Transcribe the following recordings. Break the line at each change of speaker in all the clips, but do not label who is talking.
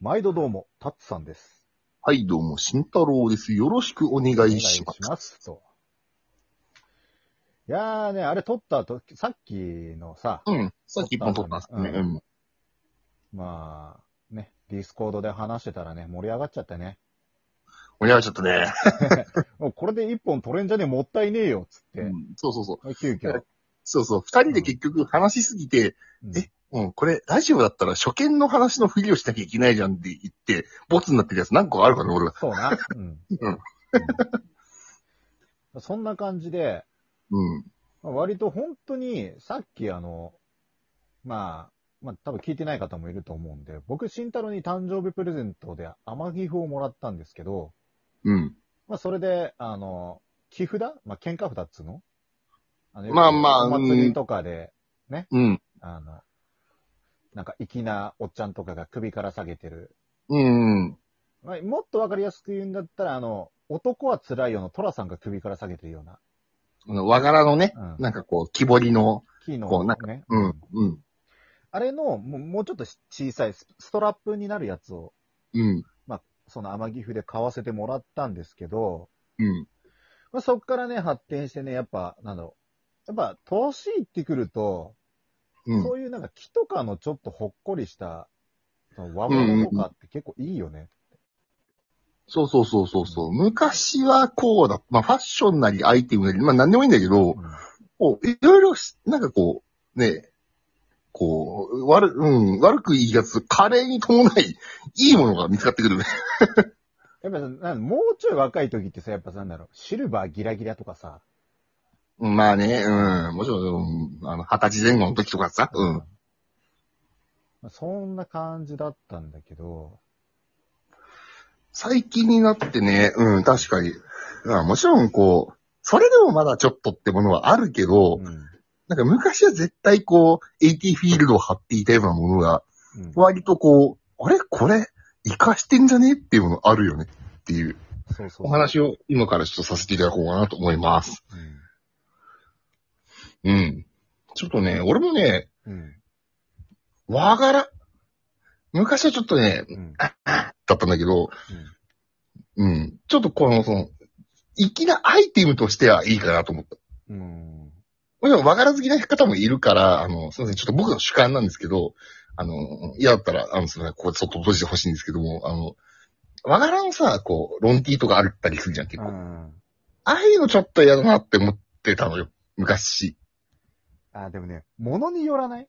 毎度どうも、タッツさんです。
はい、どうも、慎太郎です。よろしくお願
お願
い
いし
します。
ます。と。いやーね、あれ撮った後、さっきのさ、
うん。さっき一本撮ったんですね。
う
うん。
まあ、ね、ディスコードで話してたらね、盛り上がっちゃってね。
盛り上がっちゃったね。
もうこれで一本撮れんじゃねえ、もったいねえよ、つって。
うんそうそうそう。
急遽。
そうそう。二人で結局話しすぎて、
うん
えうん、これ、ラジオだったら初見の話のふりをしなきゃいけないじゃんって言って、ボツになってるやつ何個あるかな、俺は。
そうな。うん。
うん
うんそんな感じで、
うん。
まあ割と本当に、さっきあの、まあ、まあ多分聞いてない方もいると思うんで、僕、慎太郎に誕生日プレゼントで天城譜をもらったんですけど、
うん。
まあそれで、あの、木札まあ喧嘩札っつうのあの
まあまあ
よくお祭りとかで、
うん。
あの、なんか粋なおっちゃんとかが首から下げてる。
うん。
まあ、もっとわかりやすく言うんだったら、あの、男は辛いよのトラさんが首から下げてるような。
あの和柄のね、
うん。
なんかこう、木彫りの、
木の、ね。
こうなんうん、うん、
あれの、もうもうちょっとし小さいスストラップになるやつを、
うん、
その天城府で買わせてもらったんですけど、
うん。
まあ、そっからね、発展してね、やっぱ、なんだろう。やっぱ、年いってくると、
うん、
そういうなんか木とかのちょっとほっこりした、その和物とかって結構いいよね。
そうそうそうそうそう。昔はこうだ。まあファッションなりアイテムなり、まあ何でもいいんだけど、
うん
こう、いろいろし、なんかこう、ね、こう、悪、うん、悪く言いがつ、華麗に伴い、いいものが見つかってくるね。
やっぱさなんもうちょい若い時ってさ、やっぱさ、なんだろう、シルバーギラギラとかさ、
うんまあね、うん、もちろん、うんあの、二十歳前後の時とかさ、うん。
まあそんな感じだったんだけど、
最近になってね、うん、確かに。まあもちろん、こう、それでもまだちょっとってものはあるけど、
うん。
なんか昔は絶対こう、AT フィールドを張っていたようなものが、
うん
割とこう、あれこれ、活かしてんじゃねっていうものあるよねっていう
そうそう。
お話を今からちょっとさせていただこうかなと思います。うん。ちょっとね、俺もね、
うん。うん。
和柄。昔はちょっとね、
うん。
だったんだけど、うん。ちょっとこの、その、粋なアイテムとしてはいいかなと思った。
うん。
もちろん和柄好きな方もいるから、あの、すみません、ちょっと僕の主観なんですけど、あの、嫌だったら、あの、すみません、ここでそっと閉じてほしいんですけども、あの、和柄のさ、こう、ロンティーとかあったりするじゃん、結
う
構。あ
ん。
あいうのちょっと嫌だなって思ってたのよ、昔。
あ、でもね、物によらない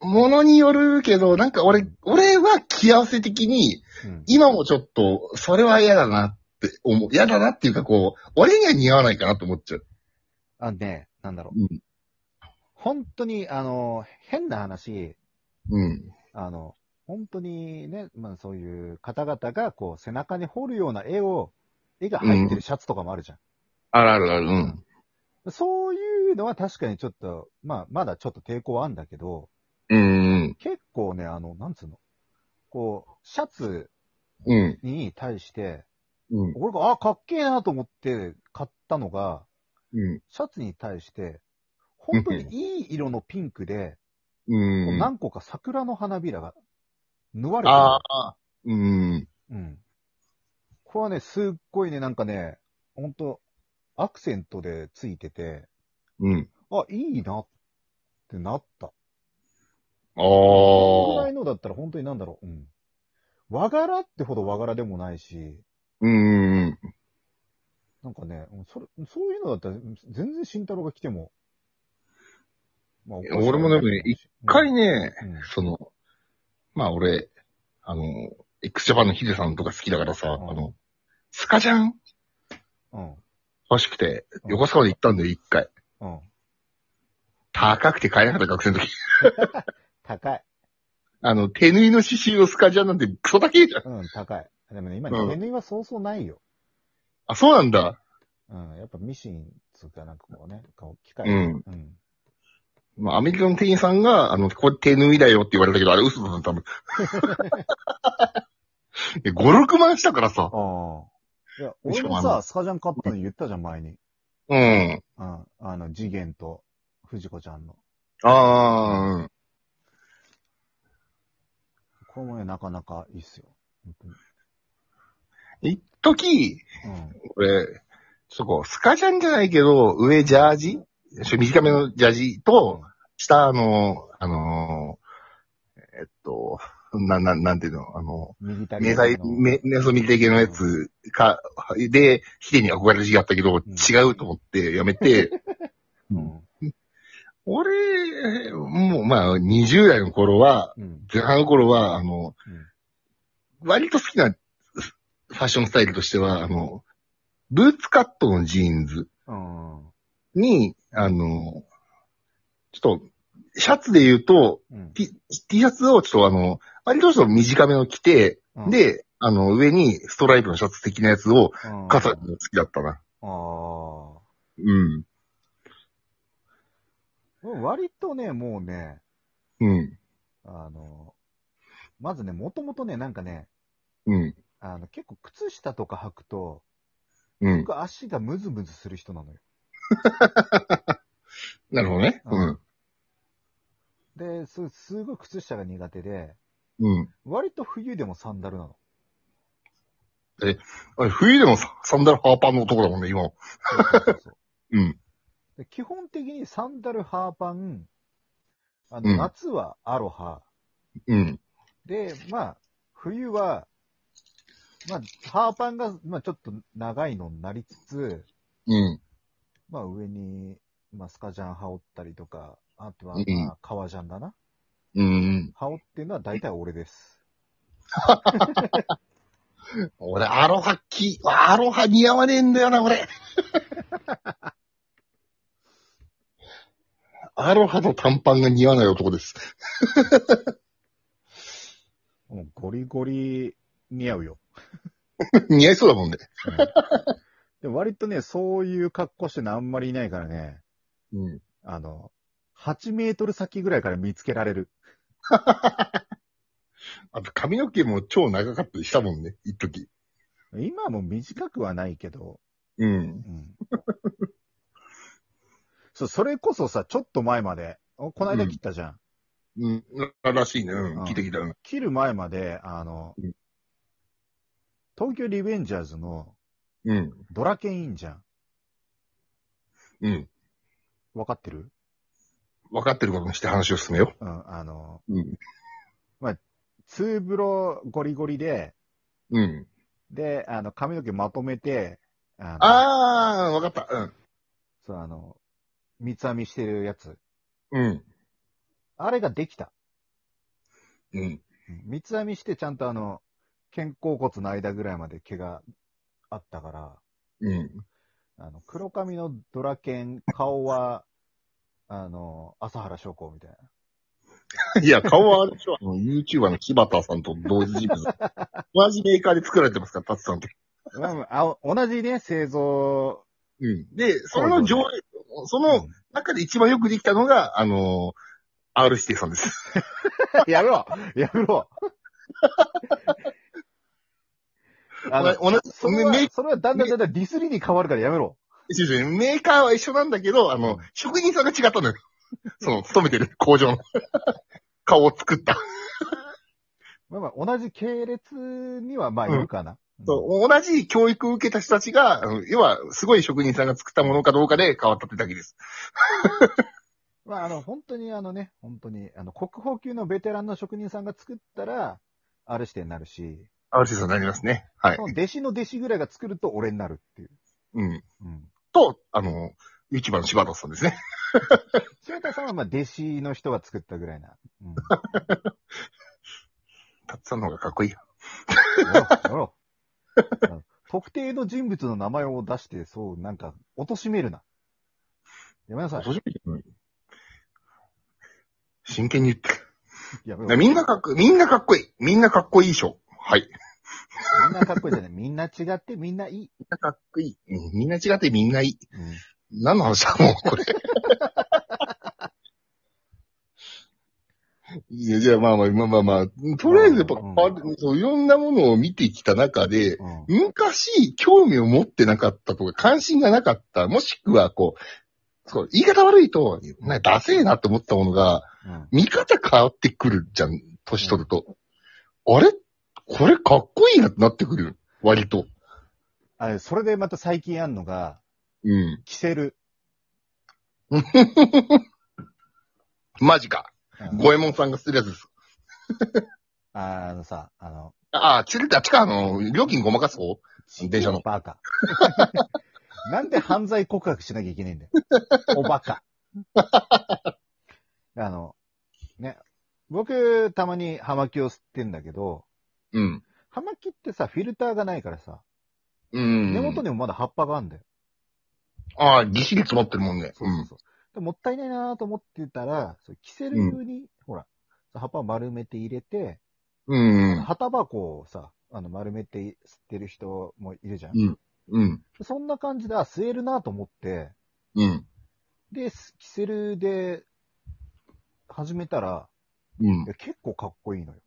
ものによるけど、なんか俺、俺は気合わせ的に、
うん。
今もちょっと、それは嫌だなって思う。嫌だなっていうか、こう、俺には似合わないかなと思っちゃう。
あ、ね、なんだろう。
うん。
本当に、あの、変な話、
うん。
あの、本当にね、まあそういう方々がこう背中に彫るような絵を、絵が入ってるシャツとかもあるじゃん。
あるあるある、うん。
そういうのは確かにちょっと、まあまだちょっと抵抗はあるんだけど、
うん、
結構ね、あの、なんつうの、こう、シャツ
うん、
に対して、
うん、
俺が、あ、かっけえなと思って買ったのが、
うん、
シャツに対して、本当にいい色のピンクで、
うん。
こう何個か桜の花びらが、縫われてる。
ああ、うん。
うん。これはね、すっごいね、なんかね、ほんと、アクセントでついてて、
うん。
あ、いいなってなった。
あ
このぐら
あ
い。のだったら本当になんだろう。うん。和柄ってほど和柄でもないし、
うん。
なんかね、うんそれそういうのだったら、うん全然慎太郎が来ても、まあ
いや俺もでもね
一
一回、ね、その、まあ俺、あの、x ジャパンのヒデさんとか好きだからさ、あ
ん
の、スカジャン
うん、うん、
欲しくて、
うん
横須賀まで行ったんだよ、一回。
うん。
高くて買えなかった学生の時。
高い。
あの、手縫いの刺繍のスカジャンなんてクソだけじゃ
う
ん。
ん、高い。でもね、今、
うん
手縫いはそうそうないよ。
あ、そうなんだ。
うん、やっぱミシン、つうかなんかこうね、こう機械
う
で、
ん。
うん。
まあ、アメリカの店員さんが、あの、これ手縫いだよって言われたけど、あれ嘘だな、多分。 え5、6万したからさ。
ああ。いや、
し
俺
かも
も
あ
さ、
の
スカジャン買ったの言ったじゃん、前に。
う
う
ん。
ん。あの、次元と、藤子ちゃんの。
ああ、うん。
これもね、なかなかいいっすよ。本当に
一時、
うん。
俺、そこ、スカジャンじゃないけど、上ジャージちょ短めのジャージと、下あの、あの、えっと、な、な、なんていうの、あの、
右手
迷彩、メメソミテ系のやつか、で、ヒデに憧れる時期あったけど、
うん
違うと思ってやめて、
うん。
俺、もうまあ、20代の頃は、
うん。
前半の頃は、あの、割と好きなファッションスタイルとしては、あの、ブーツカットのジーンズ
うん。うん
に、あの、ちょっと、シャツで言うと、
うん。
T, T シャツをちょっとあの、割とちょっと短めの着て、
うん、
で、あの、上にストライプのシャツ的なやつを
うん、
重ねるの好きだったな。
ああ。
うん。
割とね、もうね、
うん。
あの、まずね、もともとね、なんかね、
うん。
あの、結構靴下とか履くと、
うん。
僕足がムズムズする人なのよ。
なるほどね。うん。
で、す、すごい靴下が苦手で、
うん。
割と冬でもサンダルなの。
あれ冬でもササンダルハーパンの男だもんね、今。
そうそうそうそう
うん。
で基本的にサンダル、ハーパン、あ
う
の、
ん
夏はアロハ、
うん。
で、まあ、冬は、まあ、ハーパンが、まあ、ちょっと長いのになりつつ、
うん。
まあ、上に、まあ、スカジャン羽織ったりとか、あとは
うん、
まあ、革ジャンだな。
うん。
羽織っていうのは大体俺です。
俺、アロハき、アロハ似合わねえんだよな、俺。 アロハと短パンが似合わない男です。
もうゴリゴリ似合う よ。
似合いそうだもんね。
うんで割とね、そういう格好してるのあんまりいないからね、
うん。
あの、8メートル先ぐらいから見つけられる。
あと髪の毛も超長かったりしたもんね、一時。
今はもう短くはないけど、
うん。
うん。そう、それこそさ、ちょっと前まで、おこないだ切ったじゃん。
うん。ららしいね。うん
うん
聞いてきた。うん
切る前まで、あの
うん、
東京リベンジャーズの
うん。
ドラケンいいんじゃん。
うん。
わかってる
分かってることにして話を進めよ
うん、あの、
う。うん。
ツーブロゴリゴリで、
うん。
で、あの、髪の毛まとめて、あの
あー、分かった。
そう、あの、三つ編みしてるやつ。
うん。うん。
あれができた。
うん。
うん三つ編みして、ちゃんとあの、肩甲骨の間ぐらいまで毛があったから、
うん。
あの、黒髪のドラケン、顔は、あの、朝原将校みたいな。
いや、顔はあれでしょ、あの、YouTuber の木端さんと同 時人物。同じメーカーで作られてますから、タツさんと。
まあまああお同じね、製造。
うん。で、その上、その中で一番よくできたのが、あの、R 指定さんです。
やめろやめろあの、
同じ、
それ
メ
は
ー、
それはだんだんだんだんディスリに変わるからやめろ。
メーカーは一緒なんだけど、あ
う
の
ん、
職人さんが違ったのよ。その、勤めてる工場の 顔を作った。
まあまあ、同じ系列にはまあいるかな。うん
そう同じ教育を受けた人たちが、あの要は、すごい職人さんが作ったものかどうかで変わったってだけです。
まあ、あの、本当にあのね、本当に、あの、国宝級のベテランの職人さんが作ったら、ある視点になるし、
R 指定さんになりますね。はい
そ。の弟子の弟子ぐらいが作ると俺になるっていう。
うん。
うん。
と、あの、YouTuber の柴田さんですね。
柴田さんはまあ、弟子の人が作ったぐらいな。 うん。
たつさんの方がかっこいいよ。
やろう、やろううん特定の人物の名前を出して、そう、なんか、貶としめるな。やめ なさい。
初めて真剣に言ってる
やめ
いや。
ろ。
みんなかっこ、みんなかっこいい。みんなかっこいいでしょ。はい。み
み
ん
んなかっこいいじゃない。みんな違って、みんないい。
なかっこいい。うんみんな違ってみんないい。
うん
何の話だもう、こ れ。いや、じゃあまあまあ、まあまあまあ、とりあえずやっぱ、
うん
あそういろんなものを見てきた中で、
うん
昔、興味を持ってなかったとか、関心がなかった、もしくは、こう、そう、言い方悪いと、なんかダセえなって思ったものが、
うん
見方変わってくるじゃん、年取ると。あれこれかっこいいなってなってくるよ。割と。
あれ、それでまた最近あんのが、
うん。
着せる。
マジか。
うん
五右衛門さんがするやつです。
あのさ、あの、
ああ、チルってあっちか、あの、料金ごまかす方電車の
バカ。 なんで犯罪告白しなきゃいけないんだよ。おバカ。 あの、ね、僕、たまに葉巻を吸ってんだけど、
うん。
葉巻ってさ、フィルターがないからさ、
うん。
根元にもまだ葉っぱがあるんだよ。
ああ、ぎっしり詰まってるもんね。
そうそうそう。でもったいないなと思ってたら、そうキセル風に、ほら、葉っぱを丸めて入れて、
うん。うん。
葉タバコをさ、あの丸めて吸ってる人もいるじゃん。
うん。
そんな感じで、あ、吸えるなと思って、
うん。
で、すキセルで始めたら、
うん
い。や結構かっこいいのよ。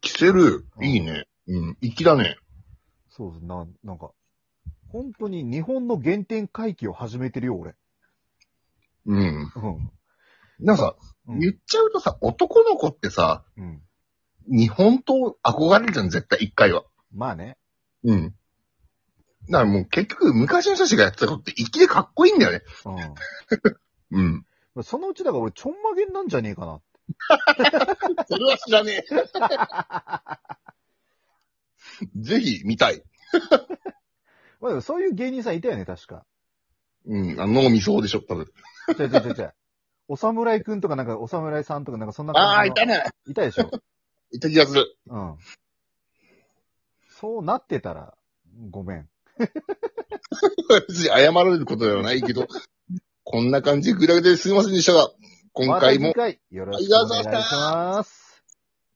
着せる。いいね。うん。粋だね。
そうそう、なん、なんか、本当に日本の原点回帰を始めてるよ、俺。
うん。
うん。
なんかさ、
うん
言っちゃうとさ、男の子ってさ、
うん。
日本刀憧れるじゃん、絶対一回は。
まあね。
うん。だからもう結局、昔の人たちがやってたことって、粋でかっこいいんだよね。
う
うん。
ん。そのうちだから俺、ちょんまげんなんじゃねえかな。
それは知らねえ。 ぜひ、見たい。
まあでもそういう芸人さんいたよね、確か。
うん。あの、脳みそでしょ、多分。
違う違う違う違う。お侍くんとかなんか、お侍さんとかなんかそんな
ああ、
感
い
じの。
たね。
いたでしょ。
いた気がする。
うん。そうなってたら、ごめん。
別に謝られることではないけど、こんな感じでグダグダですいませんでしたが、今回
ま
も
た次回よろしくお願いします。